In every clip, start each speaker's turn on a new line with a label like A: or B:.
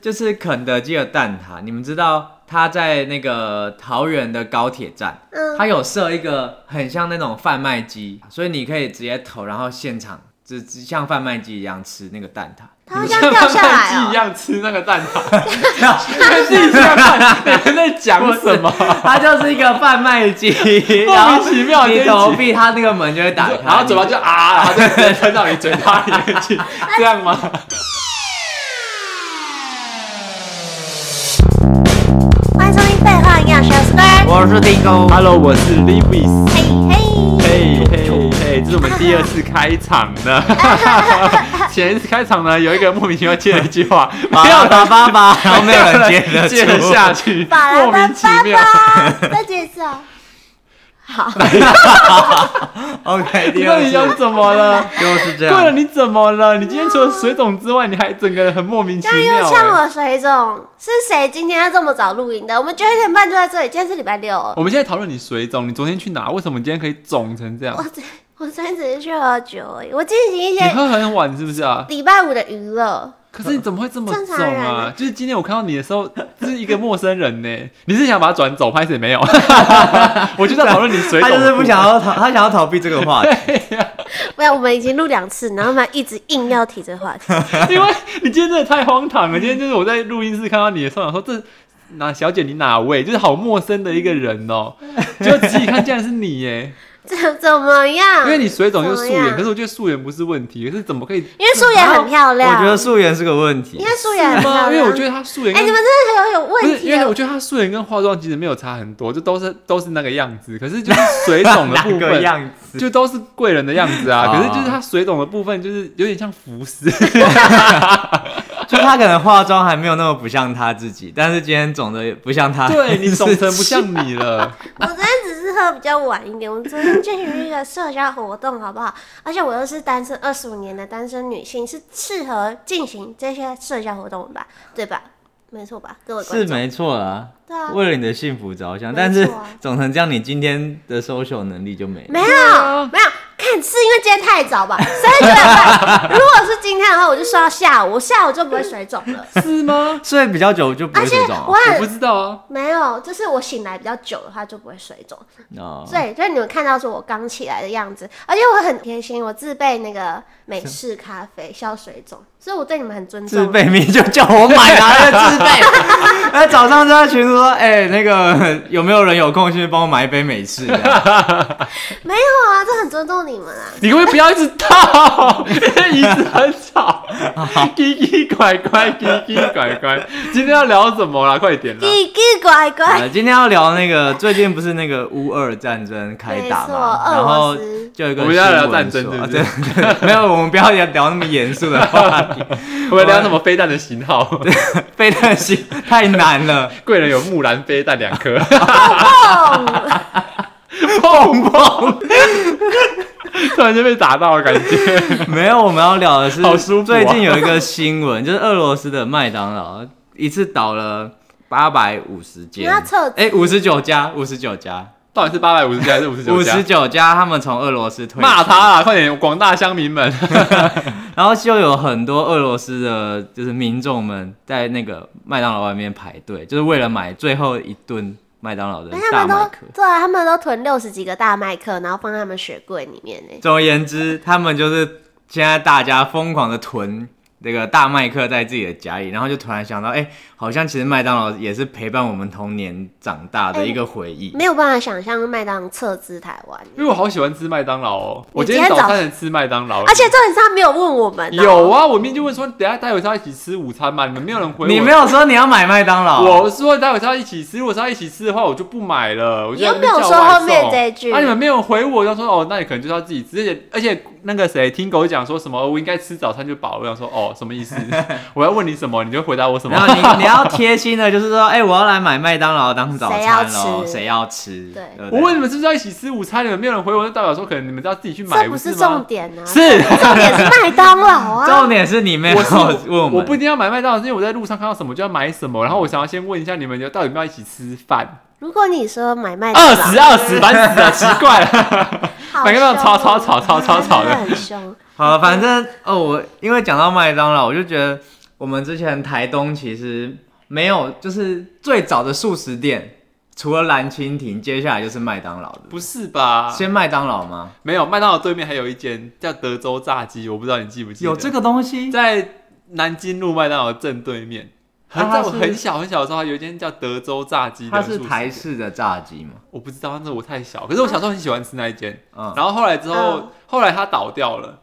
A: 就是肯德基的蛋挞，你们知道它在那个桃园的高铁站，
B: 嗯，
A: 它有设一个很像那种贩卖机，所以你可以直接投，然后现场就就像贩卖机一样吃那个蛋挞。
B: 它会这样掉下来
C: 像
B: 哦、
C: 一样吃那个 蛋挞，跟地下看你们在讲什 么？
A: 它就是一个贩卖机，然
C: 莫
A: 后
C: 名其妙这
A: 你
C: 一集
A: 投币，它那个门就会打开，
C: 然后嘴巴就啊，然后就直接喷到你嘴巴里面去，这样吗？
B: 欢迎收听《废话营养学》，我
A: 我
B: 是 Bird
A: 是 d i g
C: Hello，我是 Lewis，
B: 嘿嘿，
C: 嘿嘿嘿，这是我们第二次开场 呢。前一次开场呢，有一个莫名其妙接了一句 话，
A: 巴
C: 没有
A: 拉巴巴，然后没有人
C: 人
A: 接
C: 得
A: 得
C: 接
A: 住
C: 下去，
B: 巴
C: 莫名其妙。
B: 拉巴巴，再解 释哦。好，
A: OK，
C: 你
A: 第
C: 到
A: 二
C: 底想
A: 次
C: 怎么了？
A: 就是这
C: 贵了，
A: 样。
C: 你怎么了？你今天除了水肿之外，你还整个人很莫名其
B: 刚刚
C: 妙
B: 又呛
C: 欸。
B: 我水肿，是谁今天要这么早录音的？我们九点半就在这里，今天是礼拜六哦。
C: 我们现在讨论你水肿，你昨天去哪？为什么你今天可以肿成这样
B: 我？昨我昨天只是去喝酒而欸已，我进行一
C: 你
B: 些
C: 喝很晚是不是啊？
B: 礼拜五的娱乐。
C: 可是你怎么会这么
B: 正
C: 肿
B: 常人
C: 啊
B: 啊？
C: 就是今天我看到你的时候， 就是一个陌生人呢。你是想把他转走，拍谁没有？ 我就在讨论你水肿
A: 他
C: 的部分，
A: 就是不想要逃，他想要逃避这个话题。
B: 没有，我们已经录两次，然后我们一直硬要提这个话 题。
C: 因为你今天真的太荒唐了。今天就是我在录音室看到你的时候，想说这哪小姐你哪位？就是好陌生的一个人哦、结果仔细看，竟然是你耶！
B: 这怎么样？
C: 因为你水肿就是素
B: 怎么
C: 颜，
B: 样
C: 可是我觉得素颜不是问题，可是怎么可以？
B: 因为素颜很漂亮，
A: 我觉得素颜是个问题
B: 应。该素颜很
C: 是
B: 漂
C: 吗？
B: 亮。
C: 因为我觉得她素颜
B: 哎、
C: 跟
B: 你们真的很有有
C: 不
B: 问
C: 是，
B: 题哦
C: 因为
B: 耶。
C: 我觉得她素颜跟化妆其实没有差很多，就都是都是那个样子，可是就是水肿的部
A: 哪个
C: 分。
A: 样子？
C: 就都是贵人的样 子啊，
A: 啊
C: 可是就是她水肿的部分，就是有点像浮尸，
A: 就他可能化妆还没有那么不像他自己，但是今天肿的不像他。
C: 对你肿成 不像你了。
B: 我昨天只是喝比较晚一点，我昨天进行一个社交活动，好不好？而且我又是单身二十五年的单身女性，是适合进行这些社交活动的吧？对吧？没错吧？各位观
A: 是
B: 众，
A: 没错啦，
B: 对啊，
A: 为了你的幸福着想，
B: 没错啊
A: 但是肿成这样，你今天的 social 能力就没了。
B: 没有没有，看是因为今天太早吧，所以九点 半。如果是今天的话，我就睡到下午，我下午就不会水肿了。
C: 是吗？
A: 睡比较久就不
B: 而
A: 会
B: 且
A: 水肿
B: 我
A: 啊
C: 我
B: 很
C: 不知道啊，
B: 没有，就是我醒来比较久的话就不会水肿。
A: 哦。
B: 对，就是你们看到是我刚起来的样子，而且我很贴心，我自备那个美式咖啡消水肿，所以我对你们很尊
A: 自
B: 重。
A: 备名就叫我买拿的自备。 那早上就在群组说，哎、那个有没有人有空去帮我买一杯美式？这样
B: 没有啊，这很尊重你们啊。
C: 你可不可以不要一直 倒？因为椅子很吵，
A: 啊
C: 叽叽拐拐，叽叽拐拐。今天要聊什么啦？快点啦！
B: 奇奇怪怪，
A: 呃，今天要聊那个最近不是那个乌俄战争开打
B: 没错
A: 嘛，
B: 俄
A: 然后
B: 罗 斯
A: 就有一个
C: 我们要聊
A: 新闻
C: 战争
A: 说
C: 是不
A: 啊
C: 是
A: 对对对没有，我们不要聊聊那么严肃的话题。
C: 我们聊
A: 啊
C: 什么飞弹的型号？
A: 飞弹系太难了，
C: 贵人有木兰飞弹两颗，
B: 哦，
A: 砰砰！
C: 突然间被打到的感觉。
A: 没有，我们要聊的是，
C: 好舒服啊
A: 最近有一个新闻，就是俄罗斯的麦当劳一次倒了八百五十
B: 你
A: 间，
B: 要测
A: 哎，五十九家，五十九家，
C: 到底是八百五十加还是五十九
A: 五
C: 加
A: 十？九家，他们从俄罗斯退出
C: 骂他啦！快点，广大乡民们，
A: 然后就有很多俄罗斯的，就是民众们在那个麦当劳外面排队，就是为了买最后一顿麦当劳的
B: 那哎他
A: 大
B: 们
A: 麦
B: 都
A: 克。
B: 对啊，他们都囤六十几个大麦克，然后放在他们雪柜里面呢。
A: 总而言之，他们就是现在大家疯狂的囤那个大麦克在自己的家里，然后就突然想到，哎、好像其实麦当劳也是陪伴我们童年长大的一个回忆。
B: 哎没有办法想象麦当劳撤资台湾，
C: 因为我好喜欢吃麦当劳哦。我今
B: 你今天
C: 早
B: 早
C: 餐也吃麦当劳，
B: 而且重点是他没有问我们哦。
C: 有啊，我明天就问说，等一下待会是要一起吃午餐吗？你们没有人回我。
A: 你没有说你要买麦当劳，
C: 我说待会是要一起吃，如果是要一起吃的话，我就不买了。我就
B: 你又
C: 在那边
B: 没有
C: 叫
B: 说
C: 外
B: 后面
C: 送
B: 这一句
C: 啊，你们没有回我，就说哦，那你可能就是要自己吃。而且而且那个谁，听狗讲说什么，哦我应该吃早餐就饱了。我想说哦，什么 意思？我要问你什么，你就回答我什
A: 然
C: 么。
A: 后你你要贴心的，就是说，哎、我要来买麦当劳当早餐喽，
B: 谁
A: 谁要吃？
B: 对啊
A: 不
C: 我问你们是不是要一起吃午餐，你们没有人回我，就代表说可能你们要自己去买，
B: 这不是
C: 吗
B: 重点啊，
C: 是。
B: 重点是麦当劳啊
A: 重。点是你没有
C: 我是
A: 问
C: 我
A: 们，
C: 不一定要买麦当劳，是因为我在路上看到什么就要买什么，然后我想要先问一下你们到底有没有一起吃饭？
B: 如果你说买麦当
C: 二
B: 劳，
C: 十二十，烦死了，奇怪了，
B: 好
C: 买个那种
B: 凶
C: 吵
B: 哦
C: 吵吵吵吵吵
B: 真
C: 的
B: 的很凶。
A: 好，反正哦，我因为讲到麦当劳，我就觉得我们之前台东其实没有，就是最早的素食店，除了蓝蜻蜓，接下来就是麦当劳的。
C: 不是吧？
A: 先麦当劳吗？
C: 没有，麦当劳对面还有一间叫德州炸鸡，我不知道你记不记得？
A: 有这个东西？
C: 在南京路麦当劳正对面，很
A: 它
C: 在
A: 是
C: 我很小很小的时候，它有一间叫德州炸鸡
A: 它
C: 的
A: 是
C: 素食
A: 台
C: 店
A: 式的炸鸡吗？
C: 我不知道，那我太小。可是我小时候很喜欢吃那一间，
A: 嗯，
C: 然后后来之后，
B: 嗯
C: 后来它倒掉了，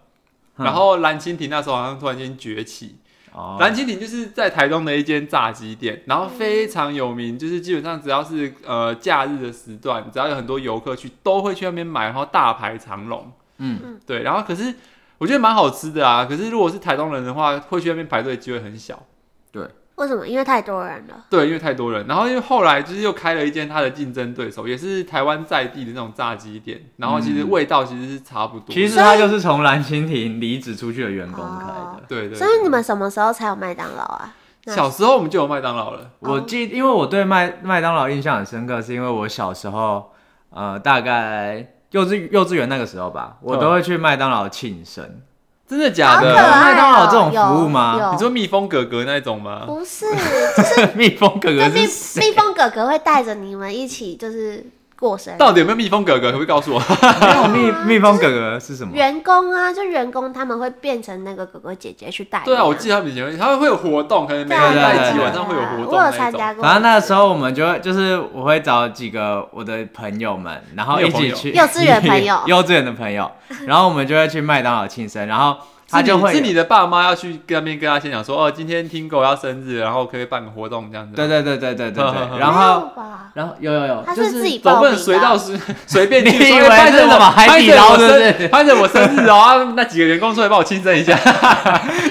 A: 嗯
C: 然后蓝蜻蜓那时候好像突然间崛起，
A: 哦
C: 蓝蜻蜓就是在台东的一间炸鸡店，然后非常有名，就是基本上只要是呃假日的时段，只要有很多游客去，都会去那边买，然后大排长龙。
A: 嗯
B: 嗯
C: 对，然后可是我觉得蛮好吃的啊，可是如果是台东人的话，会去那边排队的机会很小。
B: 为什么？因为太多人了。
C: 对，因为太多人。然后因为后来就是又开了一间他的竞争对手，也是台湾在地的那种炸鸡店，然后其实
A: 嗯
C: 味道其实是差不多的。
A: 其实他就是从蓝蜻蜓离职出去的员工开的
B: 哦。
C: 对对
B: 所以你们什么时候才有麦当劳啊？那
C: 小时候我们就有麦当劳了。
A: 我记，因为我对麦麦当劳印象很深刻，是因为我小时候，呃，大概幼稚幼稚园那个时候吧，我都会去麦当劳庆生。
C: 真的假
B: 好可
A: 有
C: 的？
B: 爱
A: 麦当劳
B: 哦
A: 这种服务
B: 有
A: 吗
B: 有
C: 你说蜜蜂哥哥那种吗？
B: 不 是，就是
A: 蜜蜂哥哥
B: 蜜
A: 是
B: 蜜蜂哥哥会带着你们一起就是过生日。
C: 到底有没有蜜蜂哥哥？可不可以告诉我？
A: 没有蜜蜜蜂哥哥是什么？
B: 员工啊，就员工他们会变成那个哥哥姐姐去带你啊。
C: 对啊，我记得他们以前会他们会有活动，可能每
B: 对
C: 个
B: 啊。
A: 对
B: 对
C: 拜
B: 啊
C: 几
B: 对啊
C: 晚上会有活动
B: 我有
C: 那
B: 参加
C: 种。
B: 过。
A: 反正啊那时候我们就会，就是我会找几个我的朋友们，然后
C: 你有
A: 一
C: 朋
A: 起
C: 友
A: 去
B: 幼稚园朋友
A: 幼稚园的朋友，然后我们就会去麦当劳庆生，然后他
C: 是
A: 就
C: 你
A: 会
C: 是你的爸妈要去跟那边跟他先讲说，哦，今天听狗要生日，然后可不可以办个活动这样子。啊
A: 对，对对对对对对，
B: 没有
A: 然后
B: 吧，
A: 然后有有有，
B: 他
A: 就是
B: 自己
C: 总
B: 报
C: 不
B: 名啊
C: 能
B: 的。
C: 随到随 随便去
A: 你
C: 说，
A: 以为
C: 哎拍着
A: 是
C: 我
A: 什么海底
C: 拍着
A: 捞
C: 我
A: 是不
C: 生
A: 是
C: 拍着我生日哦，啊那几个员工出来帮我庆生一下。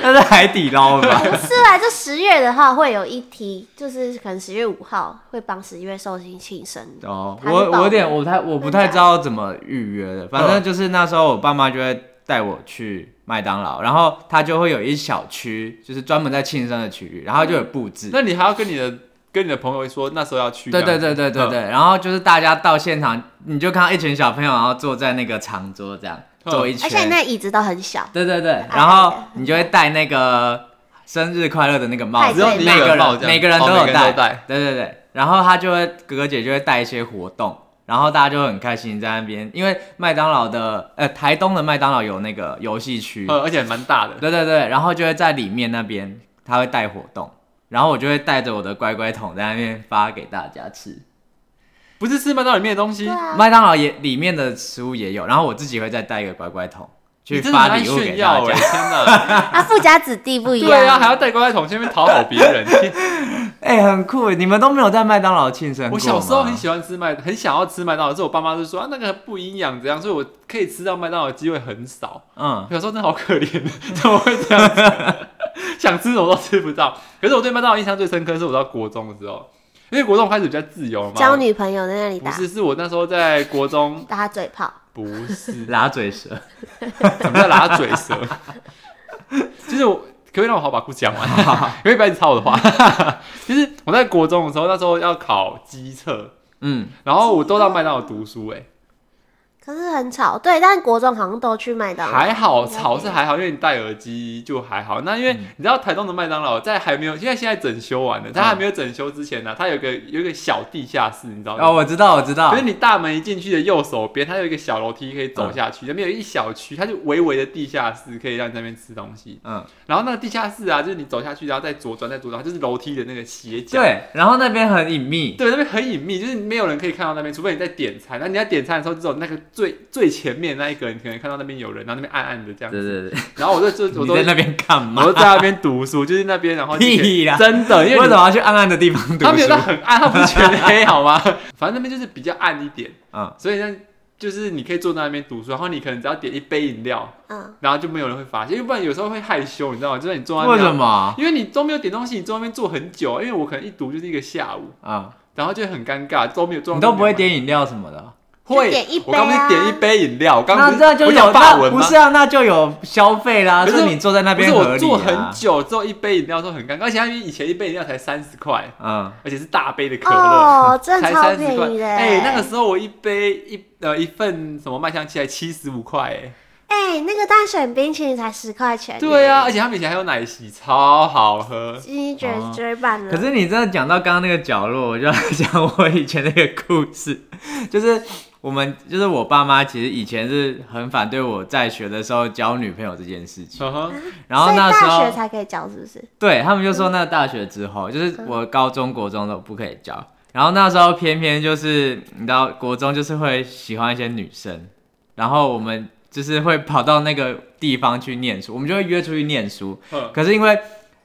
A: 那是海底捞吧？
B: 不是啦，就十月的话会有一梯，就是可能十月五号会帮十月寿星庆生。
A: 哦，
B: 还是
A: 我
B: 报
A: 我有点
B: 名
A: 我不太我不太知道怎么预约的，反正就是那时候我爸妈就会带我去麦当劳，然后他就会有一小区，就是专门在庆生的区域，然后就有布置。
C: 那你还要跟你的跟你的朋友说那时候要去。
A: 对对对对对
C: 嗯
A: 对，然后就是大家到现场，你就看到一群小朋友，然后坐在那个长桌这样
C: 嗯
A: 坐一
B: 而且
A: 圈，
B: 那椅子都很小，
A: 对对对，
B: 的
A: 然后你就会戴那个生日快乐的那个帽
B: 派
A: 子，
B: 对帽
A: 每个
C: 帽
A: 人
C: 这样
A: 每个人
C: 哦
A: 都
C: 每
A: 有
C: 个人
A: 戴，
C: 都戴
A: 对对对，然后他就会哥哥姐就会带一些活动，然后大家就很开心在那边，因为麦当劳的呃台东的麦当劳有那个游戏区，
C: 嗯，而且蛮大的。
A: 对对对，然后就会在里面那边他会带活动，然后我就会带着我的乖乖桶在那边发给大家吃。
C: 不是吃麦当劳里面的东西
B: 对，啊，
A: 麦当劳也里面的食物也有，然后我自己会再带一个乖乖桶去
C: 你真的很
A: 发
C: 爱
A: 礼物
C: 炫
A: 给大
C: 耀哎！
A: 家。
C: 天 哪，
B: 啊富家子弟不一样。
C: 对啊，还要带乖乖桶去那边讨好别 人。天
A: 哎、很酷！你们都没有在麦当劳庆生
C: 我小时候很
A: 喜
C: 喜欢吃麦，很想要吃麦当劳，是我爸妈就说啊那个不营养，怎样，所以我可以吃到麦当劳的机会很少。
A: 嗯，
C: 我小时候真的好可怜， 怎么会这样子？ 想吃什么都吃不到。可是我对麦当劳印象最深刻是我到国中的时候，因为国中开始比较自由嘛。
B: 交女朋友在那里
C: 不
B: 打
C: 是，是我那时候在国 中，
B: 打嘴炮，
C: 不是
A: 嗯拉嘴蛇，
C: 怎么叫拉嘴舌？就是我，可不可以让我好把故事讲完？ 因为不要一直插我的话。就是我在国中的时候，那时候要考机测，
A: 嗯，
C: 然后我都到麦当劳读书、欸，
B: 可是很吵。对，但国中好像都去麦当劳。
C: 还好吵是还好，因为你戴耳机就还好。那因为你知道台东的麦当劳在还没有，因为现在整修完了，它还没有整修之前呢、它有一个有一个小地下室，你知道吗？
A: 哦，我知道，我知道
C: 可是，你大门一进去的右手边，它有一个小楼梯可以走下去，那边有一小区，它就微微的地下室，可以让你在那边吃东西。
A: 嗯，
C: 然后那个地下室啊，就是你走下去，然后再左转，再左转，它就是楼梯的那个斜角。
A: 对，然后那边很隐秘，
C: 对，那边很隐秘，就是没有人可以看到那边，除非你在点餐。那你在点餐的时候，只有那个最最前面那一个，你可能看到那边有人，然后那边暗暗的这样
A: 对对
C: 子。
A: 对，
C: 然后我就啊就我
A: 你
C: 都
A: 在那边干
C: 我
A: 嘛？
C: 都在那边读书，就是那边，然后就可以
A: 屁啦！
C: 真的，因
A: 为
C: 为
A: 什
C: 你
A: 么要去暗暗的地方读
C: 它没有
A: 书
C: 到？很暗，它不是全黑好吗？ 反正那边就是比较暗一点。
A: 嗯，
C: 所以呢，就是你可以坐在那边读书，然后你可能只要点一杯饮料，
B: 嗯，
C: 然后就没有人会发现，因为不然有时候会害羞，你知道吗？就是你坐在那
A: 为什
C: 边，
A: 么？
C: 因为你都没有点东西，你坐在那边坐很久，因为我可能一读就是一个下午，
A: 啊、
C: 然后就很尴尬，都没有坐。
A: 你都不会，点饮料什么的？
C: 会
B: 就点一杯啊啊
C: 我刚不是点一杯饮料，我刚
A: 那
C: 不是
A: 那就
C: 我
A: 有
C: 讲法
A: 那
C: 文吗
A: 不是？啊，那就有消费啦。
C: 可是
A: 所以你坐在那
C: 不
A: 边
C: 是
A: 合
C: 我
A: 理
C: 坐
A: 啊
C: 很。久之后一杯饮料都很尴尬，而且他以前一杯饮料才三十块，
A: 嗯，
C: 而且是大杯的可乐。
B: 哦，真的
C: 才
B: 超
C: 三十
B: 便
C: 块
B: 宜，的。
C: 哎、那个时候我一杯一呃一份什么麦香鸡才七十五块，哎，
B: 哎、那个淡水冰淇淋才十块钱，
C: 对啊，，而且他们以前还有奶昔，超好 喝。
B: 你觉
A: 哦
B: 得追版了？
A: 可是你真的讲到刚刚那个角落，我就要讲我以前那个故事， 就是我们就是我爸妈其实以前是很反对我在学的时候交女朋友这件事情，
C: 嗯哼，
A: 然后
B: 所以
A: 那时
B: 大
A: 候
B: 学才可以交，是不是？
A: 对他们就说那大学之后，
C: 嗯
A: 就是我高中国中都不可以交，然后那时候偏偏就是你知道国中就是会喜欢一些女生，然后我们就是会跑到那个地方去念书，我们就会约出去念书，
C: 嗯
A: 可是因为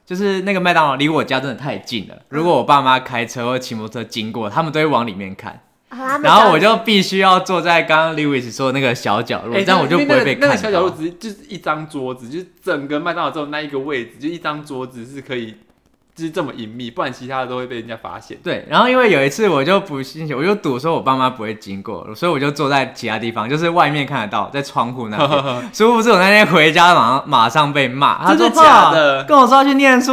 A: 就是那个麦当劳离我家真的太近了，如果我爸妈开车或骑摩托车经过，他们都会往里面看，
B: 啊他们
A: 然后我
B: 交
A: 就必须要坐在刚刚 Lewis 说的那个小角落，
C: 欸
A: 这样我就不会被
C: 那个那个
A: 看
C: 小角落
A: 到。
C: 只是就是一张桌子，就是整个麦当劳只有那一个位置，就一张桌子是可以就是这么隐秘，不然其他的都会被人家发现。
A: 对，然后因为有一次我就不信邪，我就赌说我爸妈不会经过，所以我就坐在其他地方，就是外面看得到，在窗户 那边。殊不知我那天回家马上马上被骂，他
C: 真
A: 说
C: 的假？
A: 爸
C: 的？
A: 跟我说要去念书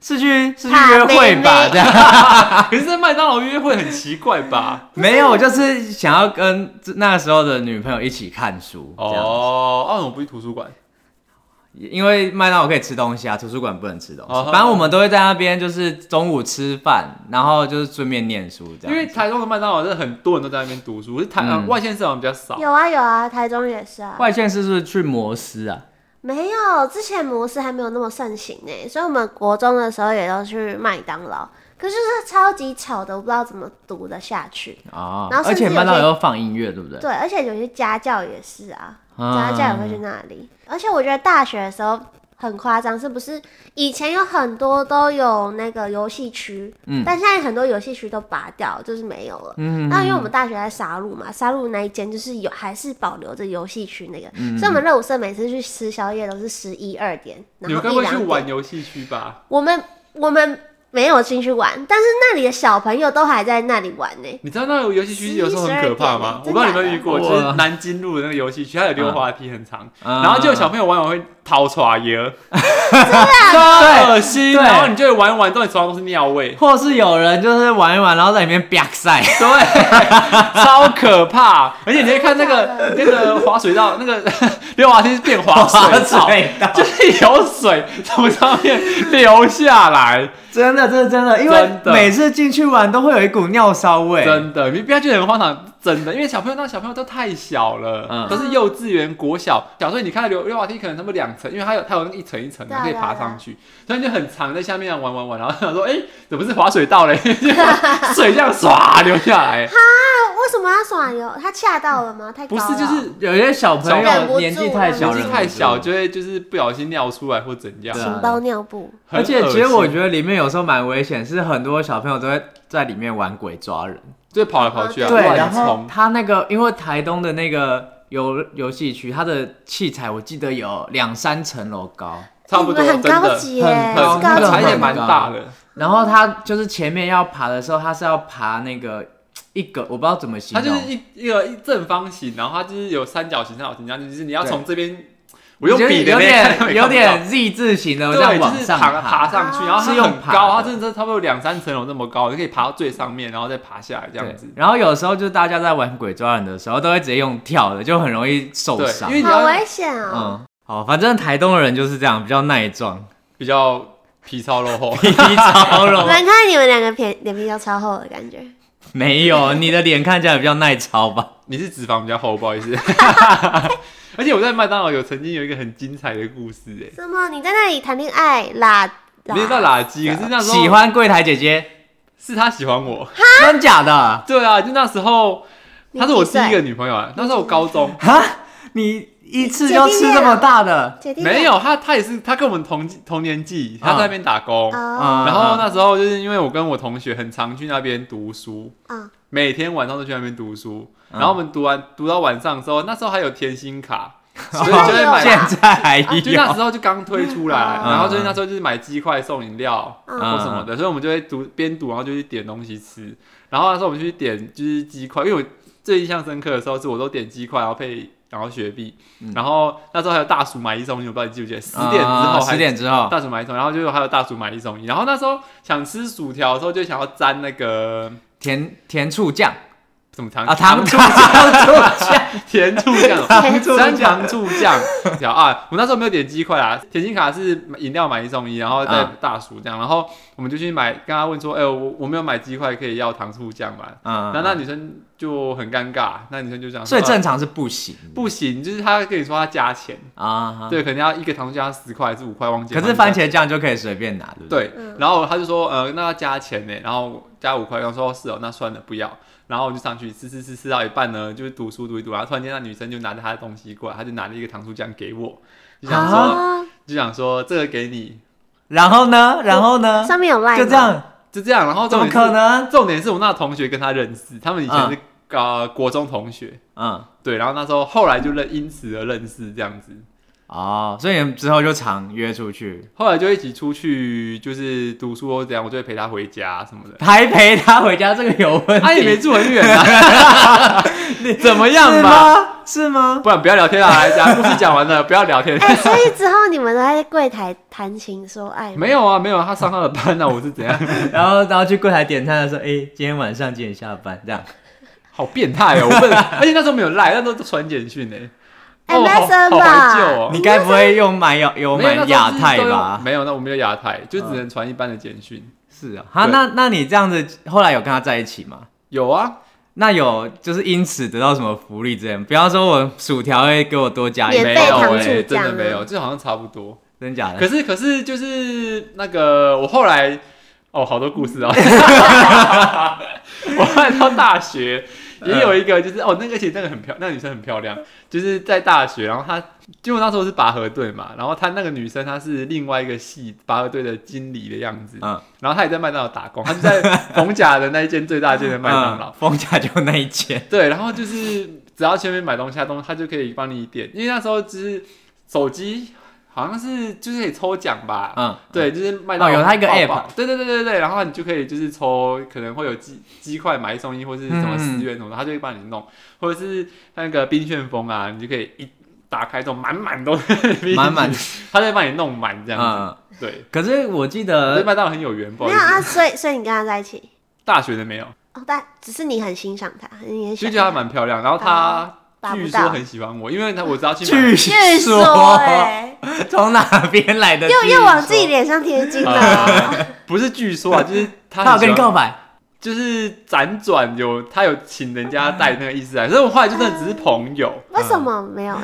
A: 是去是去约
B: 怕妹
A: 会吧
B: 妹
A: 这样。 啊
C: 可是，在麦当劳约会很奇怪吧？
A: 没有，我就是想要跟那时候的女朋友一起看书， 这样，
C: 哦，哦，我不去图书馆。
A: 因为麦当劳可以吃东西啊，图书馆不能吃东
C: 哦
A: 西。反正我们都会在那边，就是中午吃饭，然后就是顺便念书这
C: 因为
A: 样。
C: 台中的麦当劳真的很多人都在那边读书，可是台、呃
A: 嗯
C: 外县市好像比较少。
B: 有啊有啊，台中也是啊。
A: 外县市是不是去摩斯啊？
B: 没有，之前摩斯还没有那么盛行呢，所以我们国中的时候也都去麦当劳，可是是超级吵的，我不知道怎么读得下去。
A: 哦
B: 然，后
A: 而
B: 甚至
A: 且
B: 有些
A: 麦当劳要放音乐，对不对？
B: 对，而且有些家教也是啊，
A: 嗯
B: 家教也会去那里。而且我觉得大学的时候很夸张，是不是？以前有很多都有那个游戏区，
A: 嗯
B: 但现在很多游戏区都拔掉，就是没有了。
A: 嗯
B: 那因为我们大学在沙鹿嘛，沙鹿那一间就是有还是保留着游戏区那
C: 嗯
B: 个，所以我们热舞社每次去吃宵夜都是十一二点，
C: 你
B: 然
C: 们该
B: 后
C: 不
B: 一
C: 会去
B: 两
C: 玩
B: 点。
C: 游戏区吧？
B: 我们我们没有进去玩，但是那里的小朋友都还在那里玩呢、
C: 你知道那个游戏区有时候很可怕吗？我
B: 11
C: 不知道你们有没有遇过，
A: 真
C: 就
A: 假的
C: 是南京路的那个游戏区，它有溜滑梯很长，
A: 嗯
C: 然后就有小朋友玩完会掏耍耶，
A: 对
B: 啊
C: 超啊恶心，
A: 对，
C: 然后你就会玩一玩，到你床上都是尿味
A: 或是有人就是玩一玩，然后在里面啪塞。 对，
C: 超可怕。而且你会看那个那个滑水道，那个 溜滑梯是变滑水道，就是有水从上面流下来。
A: 真的，这是真的，因为
C: 真的
A: 每次进去玩都会有一股尿骚味。
C: 真的，你不要觉得很荒唐，真的，因为小朋友那小朋友都太小了，
A: 嗯
C: 都是幼稚园、国小，小时候你看到溜溜滑梯，可能他们两层，因为它有它有那个一层一层的
B: 对啊
C: 可以爬上去，所以你就很长在下面玩玩玩，然后想说，哎、怎么是滑水道嘞？ 水这样唰流下来，
B: 为什么要耍游？他吓到了吗？太高
C: 不
B: 了
C: 是就是
A: 有些小朋
B: 忍
A: 友
B: 不住啊
A: 年纪太
B: 忍
A: 小，
C: 年纪
A: 忍不
C: 太
A: 住
C: 小就会就是不小心尿出来或怎样
A: 对，啊
B: 请包尿布。
C: 很
A: 而且
C: 恶
A: 其实我
C: 心
A: 觉得里面有时候蛮危险，是很多小朋友都会在里面玩鬼抓人。
C: 就跑来跑去啊，
B: 对
C: 乱
A: 然后
C: 冲，
A: 他那个因为台东的那个游游戏区，它的器材我记得有两三层楼高，
C: 差
B: 你
C: 不多，
B: 们
C: 真
B: 很
C: 的
B: 高级耶，
A: 很
B: 是
A: 高
C: 很
A: 级
B: 高
C: 很
A: 的
C: 而
B: 级
C: 且
A: 很
C: 蛮
A: 高
C: 大的，
A: 然后他就是前面要爬的时候，他是要爬那个一个我不知道怎么形
C: 它就
A: 容
C: 是，一一个一正方形，然后它就是有三角形、三角形，然后就是你要
A: 对
C: 从这边，我用
A: 就是
C: 笔的
A: 有
C: 没看到
A: 点
C: 没
A: 有
C: 看到
A: 点 Z 字形的这样
C: 对，
A: 往
C: 就是
A: 上
C: 爬爬
A: 爬。
C: 上去，
B: 啊
C: 然后
A: 是
C: 它
A: 用
C: 很
A: 爬
C: 高，
A: 的
C: 它真的差不多有两三层楼那么高，你可以爬到最上面，然后再爬下来这样
A: 对
C: 子，。
A: 然后有时候就是大家在玩鬼抓人的时候，都会直接用跳的，就很容易受
C: 对
A: 伤
C: 因。为你
B: 好
C: 要
B: 危险哦！
A: 嗯，好，反正台东的人就是这样，比较耐 撞，
C: 比较皮糙肉厚。
A: 皮糙
B: 我
C: 嗯
A: 肉。
B: 们看你们两个脸脸皮都超厚的感觉，
A: 没有，你的脸看起来比较耐操吧？
C: 你是脂肪比较厚，不好 意思。而且我在麦当劳有曾经有一个很精彩的故事、欸，
B: 什么？你在那里谈恋爱啦？
C: 哎，没有到垃圾，可是那时候
A: 喜欢柜台姐姐，
C: 是他喜欢我，
A: 真假的？
C: 对啊，就那时候
B: 你
C: 她是我
B: 几
C: 第
B: 岁
C: 一个女朋友啊，那时候我高中，
A: 你一次就吃这么大的？
B: 姐弟恋
C: 没有她，她也是她跟我们同同年纪，她在那边打
B: 哦
C: 工，
A: 嗯
C: 然后那时候就是因为我跟我同学很常去那边读书，
B: 啊
C: 每天晚上都去那边读书，
A: 嗯
C: 然后我们读完读到晚上的时候，那时候还有甜心卡， 所以
B: 现在
C: 就会买，
A: 现在还
C: 啊就那
A: 有
C: 时候就刚推出来，
B: 嗯
C: 然后就是那时候就是买鸡块送饮料
B: 嗯
C: 或什么的，所以我们就会读边读，然后就去点东西吃，然后那时候我们去点就是鸡块，因为我最印象深刻的时候是我都点鸡块，然后配然后雪碧，
A: 嗯
C: 然后那时候还有大薯买一送一，我不知道你记不记得，十点之后
A: 嗯
C: 还
A: 十点之后，
C: 大薯买一送一，然后就还有大薯买一送一，然后那时候想吃薯条的时候就想要沾那个。
A: 甜甜醋酱，
C: 什么糖
A: 啊，糖醋
C: 醋
A: 糖醋酱，
C: 甜醋 酱哦，
A: 糖醋
C: 三
A: 酱
C: 糖醋酱，然后啊，我那时候没有点鸡块啦，甜心卡是买饮料买一送一，然后再
A: 嗯
C: 大薯这样，然后我们就去买，跟他问说，哎、我我没有买鸡块，可以要糖醋酱嘛？
A: 嗯，
C: 然后那女生就很尴尬，那女生就想说，
A: 所以
C: 啊
A: 正常是不行
C: 不行，就是她跟你说她加钱，
A: 啊。
C: 对，可能要一个糖醋酱十块还是五块，忘记了。
A: 可是番茄酱就可以随便拿，对不对？
C: 对，然后他就说，呃，那要加钱呢，然后加五块，然后说是哦，那算了，不要。然后我就上去吃吃吃吃到一半呢，就是读书读一读，然后突然间那女生就拿着她的东西过来，她就拿了一个糖醋酱给我，就想说、
A: 啊
B: 哦，
C: 就想说这个给你，
A: 然后呢？然后呢？
B: 上面有 line
A: 就这
B: 吗，
A: 样，
C: 就这样。然后
A: 怎
C: 重
A: 么
C: 点是
A: 可？能？啊
C: 重点是我那同学跟他认识，他们以前是、呃国中同学，
A: 嗯，
C: 对，然后那时候后来就认因此而认识这样子，
A: 哦，所以你们之后就常约出去，
C: 后来就一起出去就是读书或怎样，我就会陪他回家什么的。
A: 还陪他回家，这个有 问题？
C: 啊，也没住很远 啊，怎么样
A: 是
C: 吧？
A: 吗？是吗？
C: 不然不要聊天了，来讲故事讲完了，不要聊天。
B: 哎，所以之后你们都在柜台谈情说爱吗，
C: 没有啊，没有啊，他上他的班啊，我是怎样？
A: 然后，然后去柜台点餐的时候，哎、今天晚上几点下班？这样，
C: 好变态哦！我问，而且那时候没有赖，那时候都传简讯呢。哦，好
B: MSN
C: 好怀旧
B: 哎吧
C: 哦。
A: 你该不会用满有有
C: 没有
A: 满亚太吧？
C: 没有，那我没有亚太，就只能传一般的简讯。
A: 是啊，哈，
C: 对
A: 那那你这样子，后来有跟他在一起吗？
C: 有啊，
A: 那有就是因此得到什么福利之类的？比方说，我薯条会给我多加一
B: 免
C: 没
A: 杯，
B: 费
C: 有
B: 糖醋
C: 哎，真
B: 酱
C: 的
B: 啊
C: 没有，这好像差不多。
A: 真假的
C: 可？是可是就是那个，我后来哦，好多故事哦。 我后来到大学也有一个，就是哦，那个其实那个很漂，那个女生很漂亮，就是在大学，然后她就那时候是拔河队嘛，然后她那个女生她是另外一个系拔河队的经理的样子，
A: 嗯
C: 然后她也在麦当劳打工，她就在 逢甲的那一间最大间的麦当劳
A: 嗯，， 丰甲就那一 间，
C: 对，然后就是只要前面买东西，啊他东他就可以帮你点，因为那时候就是手机好像是就是可以抽奖吧，
A: 嗯，
C: 啊对，就是麦当
A: 哦
C: 劳
A: 有它一个
C: 爆
A: app
C: 爆对对对对对，然后你就可以就是抽，可能会有鸡鸡块买一送一，或是什
A: 嗯
C: 么十元什么的，他就会帮你弄，或者是那个冰旋风啊，你就可以一打开之后满满都是冰
A: 满 满
C: 淇淋，他就会帮你弄满这样子。
A: 嗯。呃
C: 对，
A: 可是我记
C: 我对
A: 得，
C: 麦当劳很有缘，不好
B: 没
C: 意
B: 有啊，
C: 思，
B: 所以所以你跟他在一起，
C: 大学的没有，
B: 哦，但只是你很欣赏他，你很喜
C: 就
B: 欢
C: 觉得他蛮漂亮，然后他。
B: 达不
C: 据
B: 到
C: 说很喜欢我，因为他我只要去买
A: 据
B: 据说
A: 说
B: 哎，
A: 从哪边来的据
B: 又
A: 说？
B: 又往自己脸上贴金了。
C: 啊，不是据说啊，就是他
A: 他有
C: 很
A: 跟
C: 喜
A: 你
C: 欢，
A: 告白，
C: 就是辗转有他有请人家带那个意思来，所以我后来就真的只是朋友。
B: 为什么没有？